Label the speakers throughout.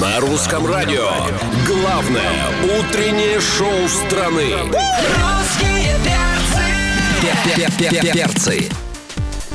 Speaker 1: На русском радио главное утреннее шоу страны.
Speaker 2: Русские перцы!
Speaker 1: Перцы.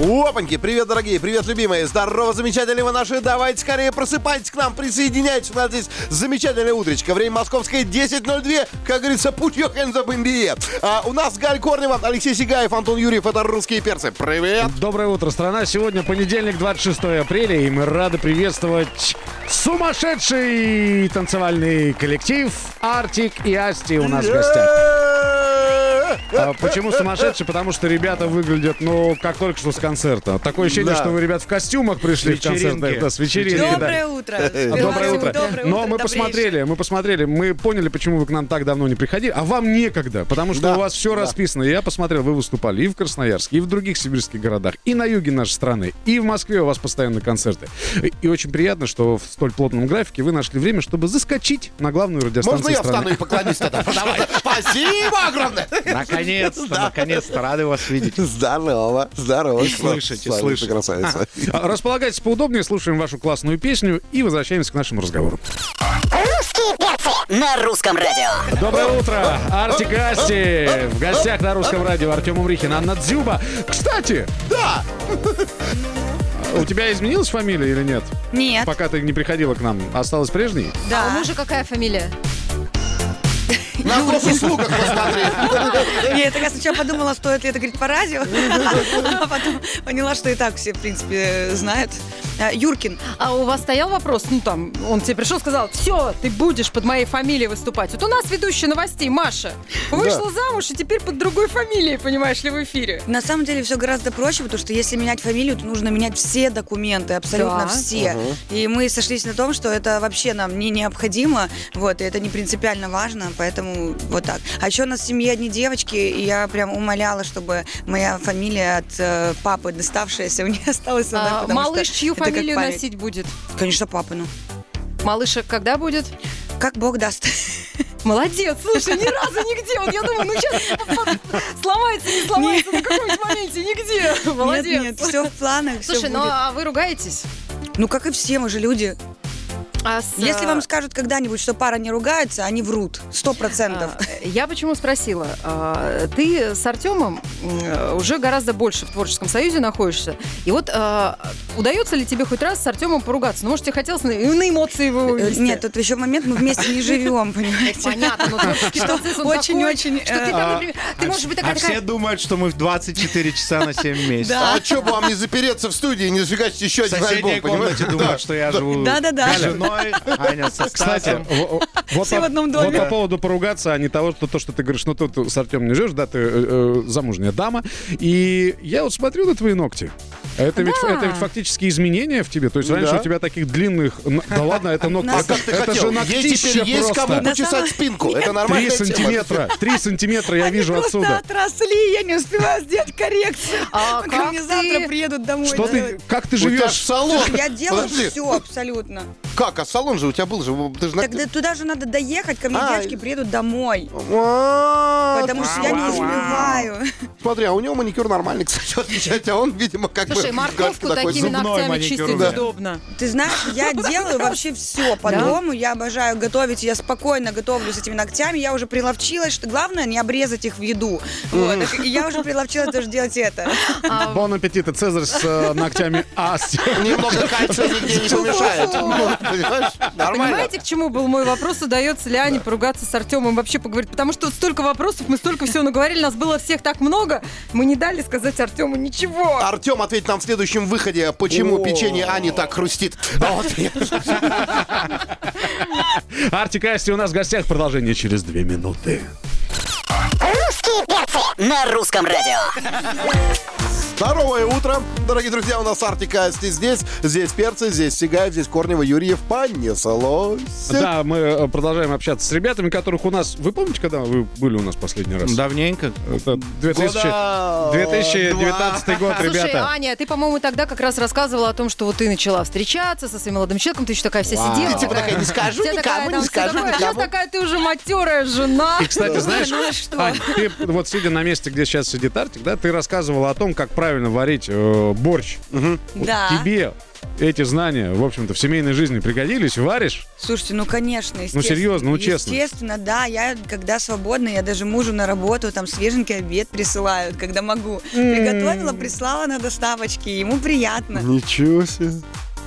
Speaker 3: Опаньки, привет, дорогие, привет, любимые, здорово, замечательные вы наши, давайте скорее просыпайтесь к нам, присоединяйтесь, у нас здесь замечательное утречко, время московское 10.02, как говорится, put your hands up in the air. А, у нас Галь Корневан, Алексей Сигаев, Антон Юрьев, это «Русские перцы», привет.
Speaker 4: Доброе утро, страна. Сегодня понедельник, 26 апреля, и мы рады приветствовать сумасшедший танцевальный коллектив Артик и Асти у нас в гостях. А Почему сумасшедший? Потому что ребята выглядят, ну, как только что с концерта. Такое ощущение,
Speaker 3: Да.
Speaker 4: что вы, ребят, в костюмах пришли в концерт.
Speaker 3: вечеринки.
Speaker 4: Да, с вечеринки, да.
Speaker 5: Доброе утро.
Speaker 4: Доброе
Speaker 5: Беларусь,
Speaker 4: утро.
Speaker 5: доброе
Speaker 4: Но
Speaker 5: утро, добрейшее.
Speaker 4: мы посмотрели, мы посмотрели, мы поняли, почему вы к нам так давно не приходили, а вам некогда, потому что
Speaker 3: Да,
Speaker 4: у вас все
Speaker 3: да.
Speaker 4: расписано. Я посмотрел, вы выступали и в Красноярске, и в других сибирских городах, и на юге нашей страны, и в Москве у вас постоянно концерты. И очень приятно, что в столь плотном графике вы нашли время, чтобы заскочить на главную радиостанцию
Speaker 3: Можно я встану
Speaker 4: страны.
Speaker 3: и поклонюсь тогда? Давай. Спасибо огромное.
Speaker 6: Наконец-то, наконец-то, рады вас видеть.
Speaker 3: Здорово, здорово.
Speaker 6: И слышать, и
Speaker 3: Слава,
Speaker 6: слышать.
Speaker 3: ты красавица.
Speaker 4: А, Располагайтесь поудобнее, слушаем вашу классную песню и возвращаемся к нашему разговору.
Speaker 2: На русском радио.
Speaker 4: Доброе утро, Артик и Асти! В гостях на русском радио Артем Умрихин, Анна Дзюба. Кстати,
Speaker 3: Да,
Speaker 4: у тебя изменилась фамилия или нет?
Speaker 5: Нет,
Speaker 4: Пока ты не приходила к нам, осталась прежней?
Speaker 5: да. Ну,
Speaker 7: А у мужа какая фамилия?
Speaker 3: на госуслугах посмотри.
Speaker 5: Я такая сначала подумала, стоит ли это говорить по радио, а потом поняла, что и так все, в принципе, знают. А, Юркин.
Speaker 7: А у вас стоял вопрос, ну там, он тебе пришел, сказал, все, ты будешь под моей фамилией выступать. Вот у нас ведущая новостей, Маша, вышла замуж и теперь под другой фамилией, понимаешь ли, в эфире.
Speaker 5: На самом деле все гораздо проще, потому что если менять фамилию, то нужно менять все документы, абсолютно
Speaker 7: Да.
Speaker 5: все. И мы сошлись на том, что это вообще нам не необходимо, вот, и это не принципиально важно, поэтому вот так. А еще у нас в семье одни девочки, и я прям умоляла, чтобы моя фамилия от э, папы доставшаяся мне осталась одна,
Speaker 7: А,
Speaker 5: потому что
Speaker 7: малыш чью
Speaker 5: это как
Speaker 7: фамилию
Speaker 5: память.
Speaker 7: носить будет?
Speaker 5: Конечно, папину.
Speaker 7: Малышек когда будет?
Speaker 5: Как бог даст.
Speaker 7: Молодец, слушай, ни разу нигде. Вот я думаю, ну сейчас сломается, не сломается на каком-нибудь моменте, нигде. Молодец.
Speaker 5: Нет, нет, все в планах, все
Speaker 7: Слушай, ну а вы ругаетесь?
Speaker 5: Ну, как и все, мы же люди.
Speaker 7: А с,
Speaker 5: Если
Speaker 7: а,
Speaker 5: вам скажут когда-нибудь, что пара не ругается, они врут. Сто процентов.
Speaker 7: А, Я почему спросила? А, Ты с Артемом м, э, уже гораздо больше в творческом союзе находишься. И вот а, удается ли тебе хоть раз с Артемом поругаться? Ну, может, тебе хотелось на, на эмоции его
Speaker 5: Э,
Speaker 7: вывести?
Speaker 5: Нет, тут еще момент, мы вместе не живем, понимаете?
Speaker 7: Понятно, но творческий процесс, он
Speaker 5: очень-
Speaker 7: такой,
Speaker 5: очень,
Speaker 7: что ты,
Speaker 5: э,
Speaker 7: там, например, ты можешь быть такая,
Speaker 6: А все
Speaker 7: такая
Speaker 6: думают, что мы в 24 часа на 7 месяцев.
Speaker 3: А что бы вам не запереться в студии, не сжигать еще
Speaker 6: В
Speaker 3: один
Speaker 6: соседней
Speaker 3: альбом, понимаешь?
Speaker 6: комнате думают, что я живу
Speaker 5: Да-да-да.
Speaker 6: с женой, Аня со
Speaker 4: А, Кстати,
Speaker 3: Э,
Speaker 6: Стасом.
Speaker 4: во- вот
Speaker 5: Все
Speaker 4: по-
Speaker 5: в одном
Speaker 4: вот
Speaker 5: доме.
Speaker 4: по поводу поругаться, а не того, что то, что ты говоришь, ну тут с Артем не живешь, да, ты э, э, замужняя дама. И я вот смотрю на твои ногти. Это, ведь,
Speaker 7: Да.
Speaker 4: это ведь фактически изменения в тебе. То есть
Speaker 3: Ну
Speaker 4: раньше
Speaker 3: да.
Speaker 4: у тебя таких длинных... н- Да ладно, это ногти.
Speaker 5: А
Speaker 4: Это,
Speaker 3: Как ты
Speaker 4: это
Speaker 3: хотел?
Speaker 4: же
Speaker 3: Ей
Speaker 4: ногтище
Speaker 3: теперь есть
Speaker 4: просто.
Speaker 3: кому
Speaker 5: На
Speaker 3: почесать
Speaker 5: самом-
Speaker 3: спинку. Это
Speaker 4: Три
Speaker 3: нормальная тема.
Speaker 4: сантиметра. Три сантиметра я вижу
Speaker 5: Просто
Speaker 4: отсюда.
Speaker 5: отросли, я не успеваю сделать коррекцию.
Speaker 7: А
Speaker 5: Пока
Speaker 7: как
Speaker 5: мне
Speaker 7: ты?
Speaker 5: завтра приедут домой.
Speaker 4: Что ты...
Speaker 5: делать.
Speaker 4: Как ты
Speaker 3: У тебя ж
Speaker 4: живешь?
Speaker 3: салон.
Speaker 5: Я делаю
Speaker 3: Подожди.
Speaker 5: все абсолютно.
Speaker 3: Как? А салон же у тебя был же. Ты же на-
Speaker 5: Тогда туда же надо доехать, ко мне
Speaker 3: А,
Speaker 5: девочки приедут домой.
Speaker 3: А,
Speaker 5: Потому что я не успеваю.
Speaker 3: Смотри, а у него маникюр нормальный, кстати, отличать, а он, видимо, как бы...
Speaker 7: Слушай,
Speaker 3: в
Speaker 7: морковку
Speaker 3: графике такой
Speaker 7: такими
Speaker 6: зубной
Speaker 7: ногтями
Speaker 6: маникюр у
Speaker 7: чистить
Speaker 6: меня.
Speaker 7: удобно.
Speaker 5: Ты знаешь, я делаю вообще все по
Speaker 7: Да?
Speaker 5: дому. Я обожаю готовить. Я спокойно готовлю с этими ногтями. Я уже приловчилась. Что главное, не обрезать их в еду. Вот. так и Я уже приловчилась даже делать это.
Speaker 7: А,
Speaker 4: Бон аппетита, Цезарь с э, ногтями Асти.
Speaker 3: Немного кальция нигде не помешает. Ну, Понимаешь? Нормально.
Speaker 7: Понимаете, к чему был мой вопрос, удается ли Ане поругаться с Артемом вообще поговорить? Потому что вот столько вопросов, мы столько всего наговорили, нас было всех так много, мы не дали сказать Артему ничего.
Speaker 3: Артем, ответь нам в следующем выходе, почему печенье Ани так хрустит. Да вот, я-
Speaker 4: Артик и Асти у нас в гостях. Продолжение через две минуты.
Speaker 2: Русские перцы! На русском радио.
Speaker 3: Здоровое утро, дорогие друзья, у нас Артика Асти здесь, здесь Перцы, здесь Сигаев, здесь Корнева, Юрьев, понеслось.
Speaker 4: Да, мы э, продолжаем общаться с ребятами, которых у нас... Вы помните, когда вы были у нас последний раз?
Speaker 6: Давненько.
Speaker 4: Это 2000...
Speaker 3: Года
Speaker 4: 2019 год,
Speaker 7: А, Слушай,
Speaker 4: ребята.
Speaker 7: Аня, ты, по-моему, тогда как раз рассказывала о том, что вот ты начала встречаться со своим молодым человеком, ты еще такая вся сидела.
Speaker 3: Ты типа такая, не скажу
Speaker 7: Вся такая,
Speaker 3: никому,
Speaker 7: там,
Speaker 3: не
Speaker 7: вся
Speaker 3: скажу
Speaker 7: такая, сейчас
Speaker 3: никому.
Speaker 7: такая ты уже матерая жена.
Speaker 4: И, кстати, знаешь,
Speaker 7: Ну, а что?
Speaker 4: Ань, ты вот сидя на месте, где сейчас сидит Артик, да, ты рассказывала о том, как правильно варить э, борщ. Вот
Speaker 5: Да.
Speaker 4: Тебе эти знания, в общем-то, в семейной жизни пригодились, варишь?
Speaker 5: Слушайте, ну конечно, естественно.
Speaker 4: серьезно, ну, честно.
Speaker 5: Естественно, да. Я когда свободна, я даже мужу на работу там свеженький обед присылаю, когда могу. Приготовила, прислала на доставочке, ему приятно.
Speaker 3: Ничего себе.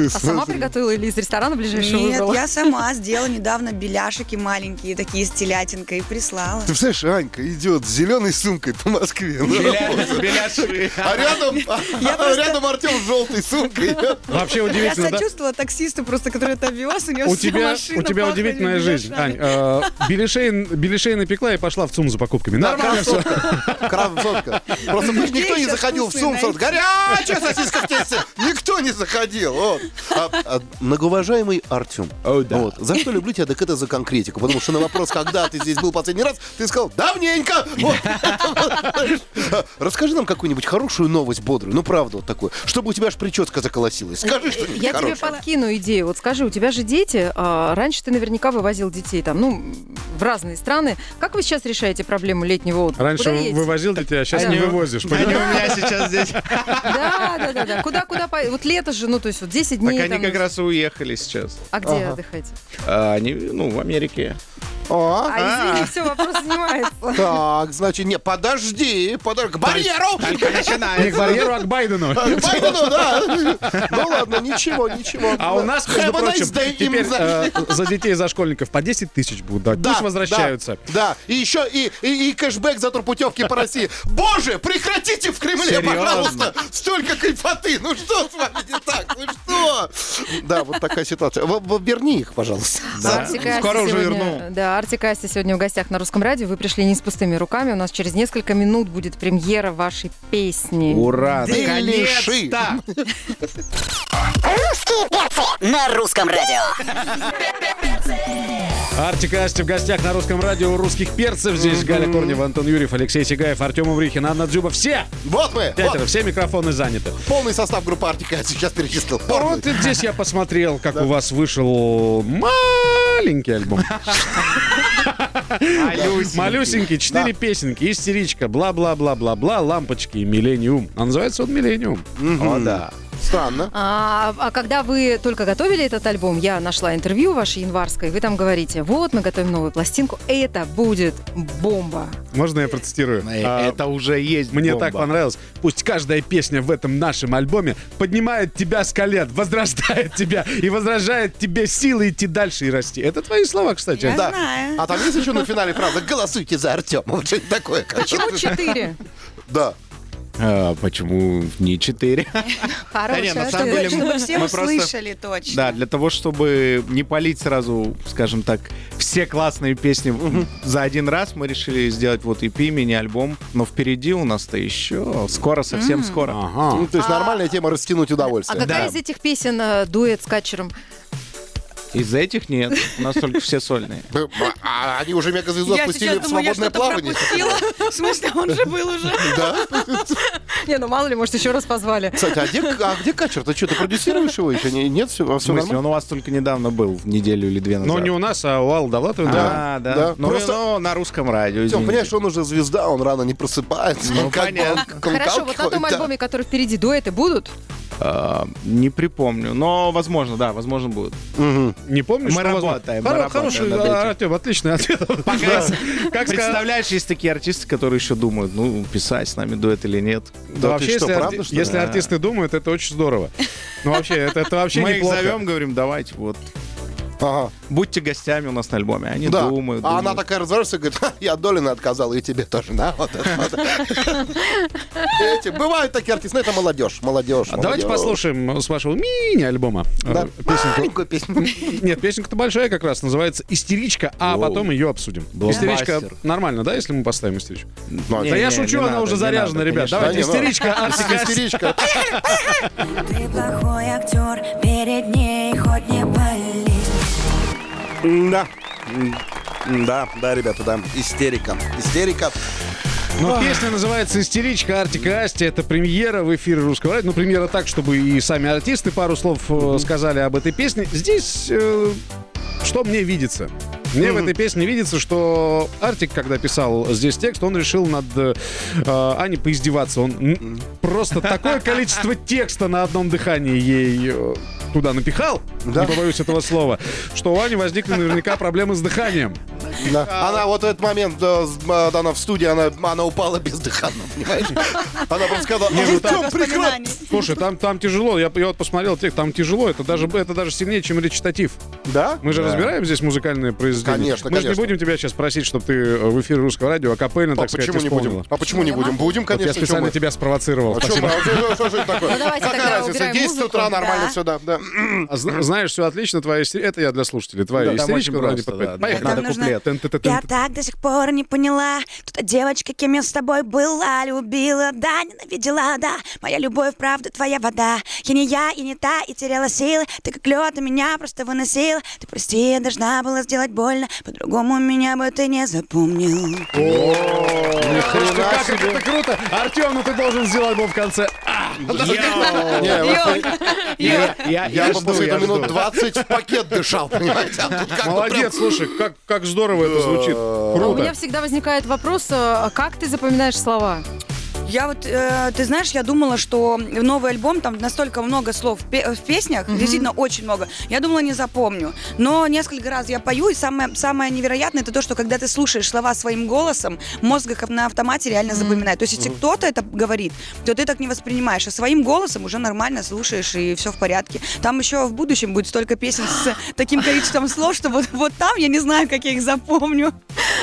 Speaker 7: А сама приготовила или из ресторана ближайшего
Speaker 5: Нет,
Speaker 7: выбрала?
Speaker 5: я сама сделала недавно беляшики маленькие, такие с телятинкой, и прислала.
Speaker 3: Ты представляешь, Анька идет с зеленой сумкой по Москве. Ну,
Speaker 6: Беляши.
Speaker 3: А рядом,
Speaker 5: Я просто-
Speaker 3: рядом Артем с желтой сумкой.
Speaker 4: Вообще
Speaker 5: Я
Speaker 4: удивительно, да?
Speaker 5: сочувствовала таксисту просто, который это вез, у него
Speaker 4: У
Speaker 5: вся
Speaker 4: тебя,
Speaker 5: машина
Speaker 4: у тебя
Speaker 5: пахла
Speaker 4: удивительная
Speaker 5: этими
Speaker 4: жизнь, Ань.
Speaker 5: беляшами.
Speaker 4: Э, Беляшей, беляшей напекла и пошла в ЦУМ за покупками. Нормально все.
Speaker 3: Красотка. Красотка. Просто
Speaker 5: Ну,
Speaker 3: знаешь,
Speaker 5: где
Speaker 3: никто не
Speaker 5: сейчас
Speaker 3: заходил в
Speaker 5: вкусные
Speaker 3: сум,
Speaker 5: найти?
Speaker 3: сорт, горячая сосиска в тесте. Никто не заходил. Вот. А, а, Многоуважаемый Артем, вот, за что люблю тебя, так это за конкретику. Потому что на вопрос, когда ты здесь был последний раз, ты сказал, давненько. Вот. Расскажи нам какую-нибудь хорошую новость бодрую, ну правду вот такую, чтобы у тебя аж прическа заколосилась. Скажи что-нибудь
Speaker 7: Я тебе
Speaker 3: хорошее.
Speaker 7: подкину идею. Вот скажи, у тебя же дети. а, раньше ты наверняка вывозил детей там, ну, в разные страны. Как вы сейчас решаете проблему летнего отдыха?
Speaker 4: Раньше
Speaker 7: Куда едете?
Speaker 4: вывозил детей, а сейчас
Speaker 7: Они-
Speaker 4: не вывозишь.
Speaker 6: Они у
Speaker 4: понимаешь?
Speaker 6: меня сейчас здесь. Так
Speaker 7: Да, да, да, да. Куда, куда по... Вот лето же, ну, то есть вот 10 дней.
Speaker 6: они
Speaker 7: там.
Speaker 6: как раз и уехали сейчас.
Speaker 7: А где отдыхаете?
Speaker 6: А, Они, ну, в Америке.
Speaker 3: А,
Speaker 7: А, извини, все, вопрос снимается.
Speaker 3: Так, значит, не, подожди, подожди, к барьеру!
Speaker 6: Только
Speaker 4: Не к
Speaker 6: начинается.
Speaker 4: барьеру, а к Байдену.
Speaker 3: К Байдену, да. Ну ладно, ничего, ничего.
Speaker 4: А у нас, между
Speaker 3: Have a
Speaker 4: прочим,
Speaker 3: nice day,
Speaker 4: теперь
Speaker 3: им за-
Speaker 4: э, за детей, за школьников по 10 тысяч будут давать. Пусть возвращаются.
Speaker 3: Да, да. и еще и, и, и кэшбэк за турпутевки по России. Боже, прекратите в Кремле,
Speaker 6: Серьезно?
Speaker 3: пожалуйста, столько кайфоты. Ну что с вами не так? Ну что? Да, вот такая ситуация. В- в- Верни их, пожалуйста.
Speaker 6: Да.
Speaker 7: Артик и Асти
Speaker 6: Скоро уже
Speaker 7: сегодня-
Speaker 6: верну.
Speaker 7: Да, Артик и Асти сегодня в гостях на Русском радио. Вы пришли не с пустыми руками. У нас через несколько минут будет премьера вашей песни.
Speaker 6: Ура!
Speaker 3: Ты
Speaker 6: наконец-то!
Speaker 3: лиши.
Speaker 2: Русские перцы на русском радио.
Speaker 4: Артик и Асти в гостях на русском радио у русских перцев. Здесь Галя Корнева, Антон Юрьев, Алексей Сигаев, Артем Уврихин, Анна Дзюба. Все!
Speaker 3: Вот мы,
Speaker 4: Пятеро,
Speaker 3: вот
Speaker 4: все микрофоны заняты.
Speaker 3: полный состав группы Артика я сейчас перечислил.
Speaker 4: Вот и здесь я посмотрел, как у вас вышел маленький альбом. Малюсенький, четыре песенки, истеричка, бла-бла-бла-бла-бла, лампочки и миллениум. А называется он миллениум.
Speaker 6: О, да.
Speaker 3: Странно.
Speaker 7: А, а когда вы только готовили этот альбом, я нашла интервью ваше январское, вы там говорите, вот мы готовим новую пластинку, это будет бомба.
Speaker 4: Можно я процитирую? А,
Speaker 6: Э, Это уже есть
Speaker 4: Мне
Speaker 6: бомба.
Speaker 4: так понравилось. Пусть каждая песня в этом нашем альбоме поднимает тебя с колен, возрождает тебя и возражает тебе силы идти дальше и расти. Это твои слова, кстати.
Speaker 5: Я
Speaker 3: Да.
Speaker 5: знаю.
Speaker 3: А там есть еще на финале фраза «Голосуйте за Артема». Вот что-нибудь такое.
Speaker 7: Почему четыре?
Speaker 3: Да.
Speaker 6: А, Почему не четыре? Да
Speaker 7: Хороший
Speaker 6: нет, на самом
Speaker 7: ответ.
Speaker 6: деле
Speaker 5: Чтобы все
Speaker 6: мы просто...
Speaker 5: услышали точно.
Speaker 6: Да, для того, чтобы не палить сразу, скажем так, все классные песни за один раз, мы решили сделать вот EP, мини-альбом. Но впереди у нас-то еще скоро, совсем скоро.
Speaker 4: Ага.
Speaker 3: Ну, то есть нормальная тема растянуть
Speaker 7: А
Speaker 3: удовольствие.
Speaker 7: какая
Speaker 6: Да.
Speaker 7: из этих песен э, дуэт с качером?
Speaker 6: Из этих нет, у нас только все сольные.
Speaker 3: Б- б- а Они уже мегазвезду
Speaker 5: Я
Speaker 3: отпустили
Speaker 5: сейчас
Speaker 3: в
Speaker 5: думаю, я
Speaker 3: свободное
Speaker 5: что-то
Speaker 3: плавание.
Speaker 5: пропустила. В смысле, он же был уже.
Speaker 3: Да.
Speaker 7: Не, ну мало ли, может, еще раз позвали.
Speaker 3: Кстати, а где, а где Качер? Ты что, ты продюсируешь его еще? Не- Нет, все,
Speaker 6: В
Speaker 3: все
Speaker 6: смысле,
Speaker 3: нормально?
Speaker 6: он у вас только недавно был, в неделю или две назад.
Speaker 4: Но не у нас, а у Аллы Довлатовой. да.
Speaker 6: А, да.
Speaker 3: да.
Speaker 6: Ну,
Speaker 3: Просто-
Speaker 6: ну, на русском радио,
Speaker 3: Тём,
Speaker 6: извините.
Speaker 3: понимаешь, он уже звезда, он рано не просыпается.
Speaker 6: Ну,
Speaker 3: он как бы, он
Speaker 6: понятно.
Speaker 3: к
Speaker 7: Хорошо,
Speaker 3: алкалке
Speaker 7: вот на
Speaker 3: ходит,
Speaker 7: том
Speaker 3: да.
Speaker 7: альбоме, который впереди, дуэты будут?
Speaker 6: А, не припомню, но возможно, да, возможно будет.
Speaker 4: Не помнишь?
Speaker 6: Мы
Speaker 4: что возможно?
Speaker 6: работаем,
Speaker 4: Хоро-
Speaker 6: мы работаем
Speaker 4: Хороший,
Speaker 6: над этим.
Speaker 4: а, Артем, отличный ответ.
Speaker 6: Пока-
Speaker 4: Как сказать?
Speaker 6: Представляешь, есть такие артисты, которые еще думают, ну, писать с нами дуэт или нет.
Speaker 3: Да
Speaker 4: вообще,
Speaker 3: ты что,
Speaker 4: если, арти-
Speaker 3: правда, что ли?
Speaker 4: если
Speaker 6: Да.
Speaker 4: артисты думают, это очень здорово. Ну, вообще, это, это вообще
Speaker 6: Мы их
Speaker 4: неплохо.
Speaker 6: зовем, говорим, давайте, вот,
Speaker 3: Ага,
Speaker 6: будьте гостями у нас на альбоме. Они
Speaker 3: да.
Speaker 6: думают.
Speaker 3: а она
Speaker 6: думают.
Speaker 3: такая разворачивается и говорит, «Ха, я Долина отказала, и тебе тоже, на, вот это вот». Эти, бывают такие артисты, но это молодежь, молодежь.
Speaker 4: А
Speaker 6: А
Speaker 4: Давайте
Speaker 3: молодежь.
Speaker 4: послушаем э, с вашего мини-альбома э,
Speaker 3: Да.
Speaker 4: песенку.
Speaker 3: Маленькую песню.
Speaker 4: Нет, песенка-то большая как раз, называется «Истеричка», а
Speaker 6: Воу.
Speaker 4: потом ее обсудим.
Speaker 6: Блокбастер.
Speaker 4: Истеричка нормально, да, если мы поставим истеричку?
Speaker 3: Ну,
Speaker 4: да
Speaker 6: Не,
Speaker 4: я
Speaker 6: не,
Speaker 4: шучу,
Speaker 6: не
Speaker 4: она
Speaker 6: надо,
Speaker 4: уже
Speaker 6: не
Speaker 4: заряжена,
Speaker 6: надо,
Speaker 4: ребят.
Speaker 6: конечно.
Speaker 4: Давайте,
Speaker 3: Да не, ну,
Speaker 4: истеричка, Артик и Асти.
Speaker 3: Истеричка.
Speaker 8: Ты плохой актер, перед ней хоть не пались.
Speaker 3: Да. Да, да, ребята, да. Истерика. Истерика.
Speaker 4: Но Ну, песня называется «Истеричка» Артика и Асти. Это премьера в эфире Русского радио. Ну, премьера так, чтобы и сами артисты пару слов э, сказали об этой песне. Здесь э, что мне видится? Мне в этой песне видится, что Артик, когда писал здесь текст, он решил над э, Аней поиздеваться. Он м, просто такое количество текста на одном дыхании ей э, туда напихал, не побоюсь этого слова, что у Ани возникли наверняка проблемы с дыханием.
Speaker 3: Да. А, Она вот в этот момент, да, с- а, она в студии, она, она упала бездыханно, понимаешь? Она просто сказала,
Speaker 4: ну
Speaker 3: «А вы чё, прекрасно!»
Speaker 5: Воспоминаний.
Speaker 4: Слушай, там, там тяжело. Я, я вот посмотрел текст, там тяжело. Это даже, это даже сильнее, чем речитатив.
Speaker 3: Да?
Speaker 4: Мы же разбираем здесь музыкальное произведение.
Speaker 3: Конечно,
Speaker 4: Мы же не
Speaker 3: конечно.
Speaker 4: будем тебя сейчас просить, чтобы ты э, в эфире русского радио акапельно,
Speaker 3: А
Speaker 4: так сказать,
Speaker 3: почему не будем?
Speaker 4: исполнила.
Speaker 3: А почему не будем? Будем,
Speaker 4: Вот я
Speaker 3: конечно, чё
Speaker 4: специально
Speaker 3: мы.
Speaker 4: тебя спровоцировал.
Speaker 3: А чё мы? А чё- Что же это такое?
Speaker 7: Ну, давайте
Speaker 3: Какая
Speaker 7: тогда
Speaker 3: разница?
Speaker 7: убираем
Speaker 3: 10 утра,
Speaker 7: музыку.
Speaker 3: нормально
Speaker 7: Да.
Speaker 3: все, да. да.
Speaker 4: А зна- Знаешь, все отлично, твоя истерика. Это я для слушателей. Твоя
Speaker 6: Да, там
Speaker 4: истеричка
Speaker 6: очень
Speaker 4: вроде
Speaker 6: просто,
Speaker 4: подпевает.
Speaker 6: да.
Speaker 4: Поехали.
Speaker 6: Надо
Speaker 5: Там нужно-
Speaker 6: куплет.
Speaker 4: Тын-ты-ты-тын.
Speaker 8: Я так до сих пор не поняла, кто та девочка, кем я с тобой была, любила, да, ненавидела, да. Моя любовь, правда, твоя вода. Я не я и не та, и теряла силы. Ты как лед, и меня просто выносила. Ты прости, я должна была сделать больно. По-другому меня бы ты не запомнил.
Speaker 3: Ни хрена
Speaker 4: Как
Speaker 3: себе.
Speaker 4: это круто! Артем, ну ты должен сделать был в конце. А! Э,
Speaker 3: Не, вот
Speaker 6: Я, я,
Speaker 3: Я бы
Speaker 6: жду,
Speaker 3: после
Speaker 6: я
Speaker 3: этого минут
Speaker 6: жду.
Speaker 3: 20 в пакет дышал, понимаете? А тут как бы
Speaker 4: Молодец, слушай, как, как здорово это звучит.
Speaker 7: У меня
Speaker 4: Круто.
Speaker 7: всегда возникает вопрос, э, а как ты запоминаешь слова?
Speaker 5: Я вот, э, ты знаешь, я думала, что в новый альбом там настолько много слов в, пе- в песнях, действительно очень много. Я думала, не запомню. Но несколько раз я пою, и самое, самое невероятное это то, что когда ты слушаешь слова своим голосом, мозг их на автомате реально запоминает. То есть, если кто-то это говорит, то ты так не воспринимаешь, а своим голосом уже нормально слушаешь, и все в порядке. Там еще в будущем будет столько песен с таким количеством слов, что вот, вот там я не знаю, как я их запомню.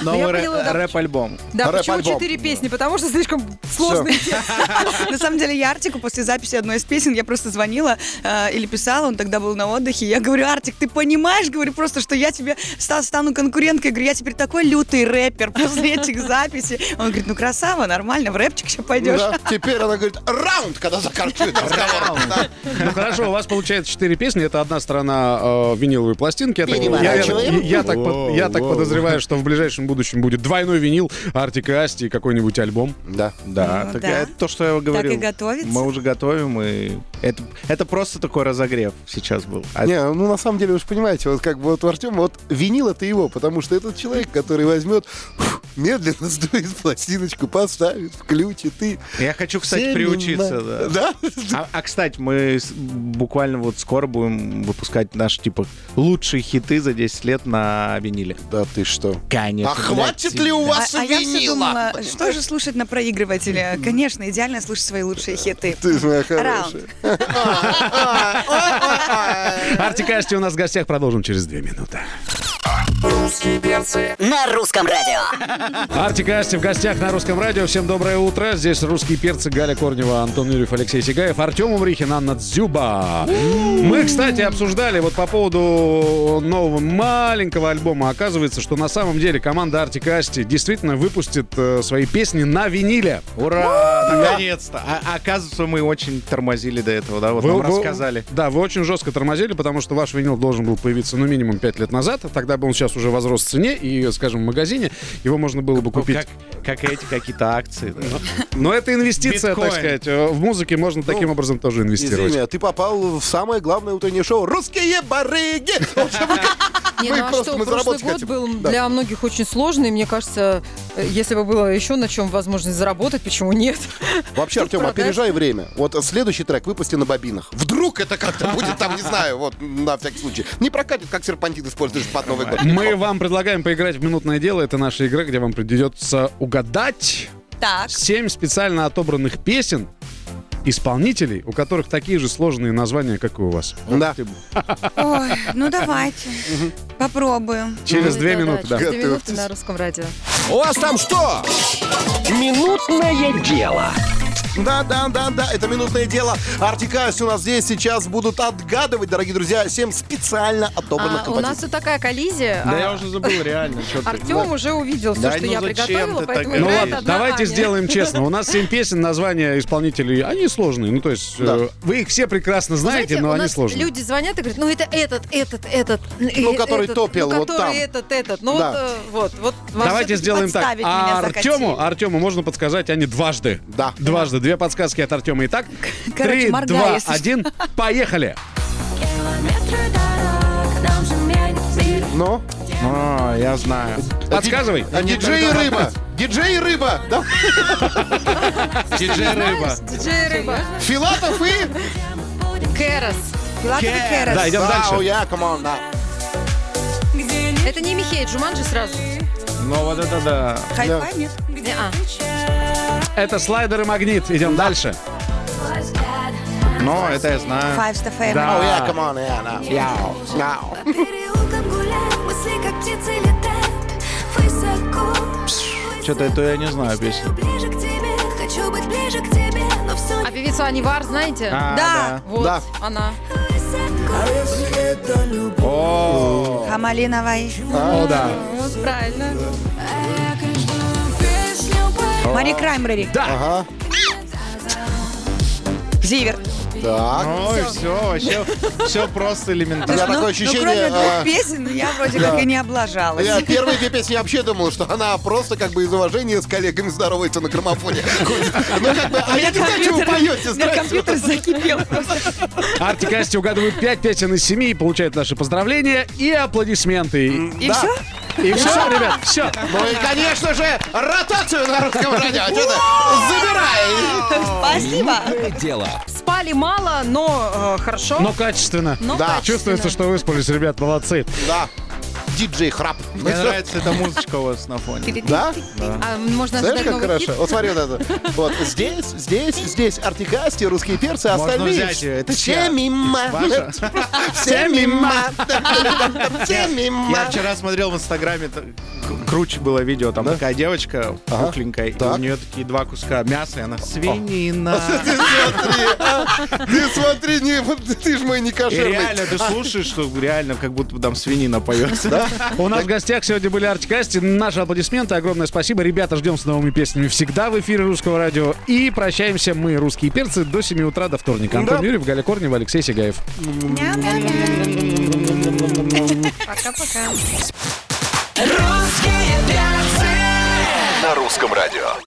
Speaker 7: Я
Speaker 6: Новый рэ-
Speaker 7: поняла, да.
Speaker 6: рэп-альбом.
Speaker 7: Да, почему
Speaker 3: Рэп-альбом.
Speaker 7: четыре песни? Потому что слишком сложные тексты.
Speaker 5: На самом деле, я Артику после записи одной из песен, я просто звонила э, или писала, он тогда был на отдыхе. Я говорю, Артик, ты понимаешь, говорю, просто, что я тебе ста- стану конкуренткой. Говорю, я теперь такой лютый рэпер после этих записей. Он говорит, ну красава, нормально, в рэпчик еще пойдешь.
Speaker 3: Да. Теперь она говорит, раунд, когда заканчивает разговор. Да.
Speaker 4: Ну хорошо, у вас получается четыре песни. Это одна сторона э, виниловой пластинки. Я так- я- я-
Speaker 3: Переворачиваем.
Speaker 4: я так под- Я так подозреваю, что в ближайшем будущем будет двойной винил Артик и Асти и какой-нибудь альбом.
Speaker 3: Да.
Speaker 6: Да,
Speaker 5: Ну
Speaker 6: так
Speaker 5: да.
Speaker 6: я- то, что я говорил.
Speaker 5: и готовится.
Speaker 6: Мы уже готовим, и это, это просто такой разогрев сейчас был. А
Speaker 3: Не, ну на самом деле, вы же понимаете, вот как бы вот у Артема, вот винил это его, потому что этот человек, который возьмет, фу, медленно сдует пластиночку, поставит, включит и...
Speaker 6: Я хочу, кстати,
Speaker 3: Всем
Speaker 6: приучиться.
Speaker 3: на-
Speaker 6: Да.
Speaker 3: Да?
Speaker 6: А, а, кстати, мы с- буквально вот скоро будем выпускать наши, типа, лучшие хиты за 10 лет на виниле.
Speaker 3: Да ты что?
Speaker 6: Конечно.
Speaker 3: А хватит ли у
Speaker 5: А,
Speaker 3: вас
Speaker 5: а я все
Speaker 3: винила?
Speaker 5: думала, что же слушать на проигрывателе? Конечно, идеально слушать свои лучшие хиты.
Speaker 3: Ты ж моя
Speaker 5: Раунд.
Speaker 3: хорошая.
Speaker 4: Артик и Асти у нас в гостях. Продолжим через две минуты.
Speaker 2: На русском радио.
Speaker 4: Артик и Асти в гостях на Русском радио. Всем доброе утро. Здесь русские перцы Галя Корнева, Антон Юрьев, Алексей Сигаев, Артем Умрихин, Анна Дзюба. Мы, кстати, обсуждали вот по поводу нового маленького альбома. Оказывается, что на самом деле команда Артик и Асти действительно выпустит э, свои песни на виниле.
Speaker 6: Ура! Наконец-то! А, а оказывается, мы очень тормозили до этого, да? Вот
Speaker 4: Вы-
Speaker 6: нам
Speaker 4: вы-
Speaker 6: рассказали.
Speaker 4: Да, вы очень жестко тормозили, потому что ваш винил должен был появиться ну минимум 5 лет назад. Тогда бы он сейчас уже возрос в цене и, скажем, в магазине его можно было бы купить.
Speaker 6: Ну, как, как эти какие-то акции. да.
Speaker 4: Но это инвестиция,
Speaker 6: Биткоин. Ну,
Speaker 4: так сказать. Э, В музыке можно таким образом тоже инвестировать.
Speaker 3: Извини, а ты попал в самое главное утреннее шоу «Русские барыги». В общем, мы как-
Speaker 7: Не,
Speaker 3: Мы
Speaker 7: ну а
Speaker 3: просто-
Speaker 7: что,
Speaker 3: мы
Speaker 7: прошлый
Speaker 3: заработать
Speaker 7: год
Speaker 3: хотим.
Speaker 7: был
Speaker 3: Да.
Speaker 7: для многих очень сложный. Мне кажется, э, если бы было еще на чем возможность заработать, почему нет?
Speaker 3: Вообще, Артем,
Speaker 7: продаж-
Speaker 3: опережай время. Вот следующий трек выпусти на бобинах. Вдруг это как-то будет там, не знаю, вот на всякий случай. Не прокатит, как серпантин используешь под Новый год.
Speaker 4: Мы вам предлагаем поиграть в «Минутное дело». Это наша игра, где вам придется угадать
Speaker 5: Так.
Speaker 4: семь специально отобранных песен исполнителей, у которых такие же сложные названия, как и у вас.
Speaker 3: Да.
Speaker 5: Ой, ну давайте. Попробуем.
Speaker 4: Через
Speaker 6: Ну,
Speaker 7: Ой,
Speaker 4: две
Speaker 7: да-да,
Speaker 4: минуты, да.
Speaker 7: через две минуты
Speaker 3: Готовьтесь.
Speaker 7: на русском радио.
Speaker 1: У вас там что? Минутное дело.
Speaker 3: Да, да, да, да, это минутное дело. Артикас у нас здесь сейчас будут отгадывать, дорогие друзья, 7 специально отобранных
Speaker 7: А, у нас
Speaker 3: композиций.
Speaker 7: тут такая коллизия.
Speaker 6: Да
Speaker 7: а
Speaker 6: я уже забыл, реально. чё ты.
Speaker 7: Артем уже увидел все,
Speaker 6: Да,
Speaker 7: что
Speaker 6: ну
Speaker 7: я
Speaker 6: зачем
Speaker 7: приготовила,
Speaker 6: ты
Speaker 7: поэтому
Speaker 6: такая?
Speaker 4: Ну
Speaker 6: Играет
Speaker 7: играет
Speaker 4: ладно,
Speaker 7: одна
Speaker 4: давайте
Speaker 7: Аня.
Speaker 4: сделаем честно. У нас семь песен, названия исполнителей, они сложные. Ну, то есть, э,
Speaker 3: Да.
Speaker 4: вы их все прекрасно знаете,
Speaker 7: Знаете,
Speaker 4: но
Speaker 7: у
Speaker 4: они
Speaker 7: нас
Speaker 4: сложные.
Speaker 7: люди звонят и говорят, ну это этот, этот, этот.
Speaker 3: Ну,
Speaker 7: э,
Speaker 3: который
Speaker 7: этот,
Speaker 3: то пел,
Speaker 7: ну,
Speaker 3: вот
Speaker 7: который
Speaker 3: там.
Speaker 7: этот, этот. Ну
Speaker 3: Да.
Speaker 7: вот, э, вот, вот. вам
Speaker 4: Давайте
Speaker 7: всё-таки
Speaker 4: сделаем так.
Speaker 5: подставить меня
Speaker 4: А
Speaker 5: захотели.
Speaker 4: Артему, Артему можно подсказать, они дважды.
Speaker 3: Да.
Speaker 4: Дважды. Две подсказки от Артема. Итак,
Speaker 5: Короче,
Speaker 4: три,
Speaker 5: моргай,
Speaker 4: два,
Speaker 5: если что.
Speaker 4: один. Поехали.
Speaker 8: Километры дорог нам заменят мир.
Speaker 3: Но
Speaker 6: А, я знаю.
Speaker 4: Подсказывай.
Speaker 3: А диджей и рыба. Диджей и рыба. Да.
Speaker 6: Диджей Рыба.
Speaker 7: Диджей Рыба.
Speaker 3: Филатов и...
Speaker 7: Кэрос.
Speaker 5: Филатов и Керас.
Speaker 4: Да, идем
Speaker 3: Сау,
Speaker 4: дальше.
Speaker 3: я, Oh, come on, да.
Speaker 7: Это не Михей, Джуманджи сразу. а,
Speaker 6: Ну вот это да.
Speaker 5: Хай-фай, нет?
Speaker 7: Не-а.
Speaker 4: Это слайдер и магнит. Идем дальше.
Speaker 6: Но это я знаю.
Speaker 5: Five Star Family.
Speaker 3: Сау, я, Oh, come on, я, да. Яу, яу.
Speaker 9: Переулком гуляют, мысли как птицы летают высоко.
Speaker 6: Что-то это я не знаю песню.
Speaker 9: Ближе к тебе, хочу быть ближе к тебе, но все
Speaker 7: А певицу Анивар знаете?
Speaker 6: А, Да.
Speaker 7: Вот,
Speaker 3: Да.
Speaker 7: она.
Speaker 9: высоко.
Speaker 6: О,
Speaker 5: Хамалиновой.
Speaker 3: А,
Speaker 4: О, да.
Speaker 7: Вот, правильно.
Speaker 9: Песню поет
Speaker 5: Мари Краймбрери.
Speaker 3: Ага.
Speaker 5: Зиверт.
Speaker 3: Так.
Speaker 6: ну и все, вообще все просто
Speaker 3: У меня
Speaker 6: элементарно.
Speaker 3: такое
Speaker 5: Ну, кроме
Speaker 3: ощущение...
Speaker 5: двух
Speaker 3: а,
Speaker 5: песен, я вроде как и не облажалась.
Speaker 3: Я первые две песни вообще думал, что она просто как бы из уважения с коллегами здоровается на граммофоне. Ходит. Ну как бы, а я не знаю, что вы поете,
Speaker 5: У меня
Speaker 3: здрасте.
Speaker 5: компьютер закипел просто.
Speaker 4: Артик и Асти угадывают 5 песен из 7 и получают наши поздравления и аплодисменты.
Speaker 5: И
Speaker 3: Да.
Speaker 5: все?
Speaker 4: И все, ребят, все.
Speaker 3: Ну и, конечно же, ротацию на русском радио. а Что ты? Забирай!
Speaker 5: Спасибо.
Speaker 1: Дело.
Speaker 7: Спали мало, но э, хорошо.
Speaker 4: Но качественно.
Speaker 7: Но
Speaker 3: Да.
Speaker 7: качественно.
Speaker 4: Чувствуется, что выспались, ребят, молодцы.
Speaker 3: Да. Диджей Храп. Ну
Speaker 6: Мне
Speaker 3: всё.
Speaker 6: нравится эта музычка у вас на фоне.
Speaker 3: Да?
Speaker 7: А, можно
Speaker 3: Знаешь,
Speaker 7: ожидать
Speaker 3: как
Speaker 7: новый
Speaker 3: хорошо?
Speaker 7: хит?
Speaker 3: Вот смотри вот это. Вот здесь, здесь, здесь Артикасти, русские перцы, а
Speaker 6: Можно
Speaker 3: остальные...
Speaker 6: взять её, это
Speaker 3: все
Speaker 6: чья?
Speaker 3: мимо.
Speaker 6: Ваша?
Speaker 3: Все мимо. Все
Speaker 6: Я
Speaker 3: мимо.
Speaker 6: вчера смотрел в Инстаграме, т- к- круче было видео, там такая девочка пухленькая, и
Speaker 3: Так.
Speaker 6: у нее такие два куска мяса, и она свинина.
Speaker 3: Ты смотри, а. Ты смотри, не, вот ты ж мой не
Speaker 6: И
Speaker 3: кошерный.
Speaker 6: реально, ты слушаешь, что реально как будто бы там свинина поется.
Speaker 4: У нас в гостях сегодня были Артикасти. Наши аплодисменты. Огромное спасибо. Ребята, ждем с новыми песнями всегда в эфире Русского радио. И прощаемся мы, русские перцы, до 7 утра до вторника. Антон
Speaker 3: Да.
Speaker 4: Юрьев, Галя Корнева, Алексей Сигаев.
Speaker 9: Пока-пока.
Speaker 2: Русские перцы!
Speaker 10: На русском радио.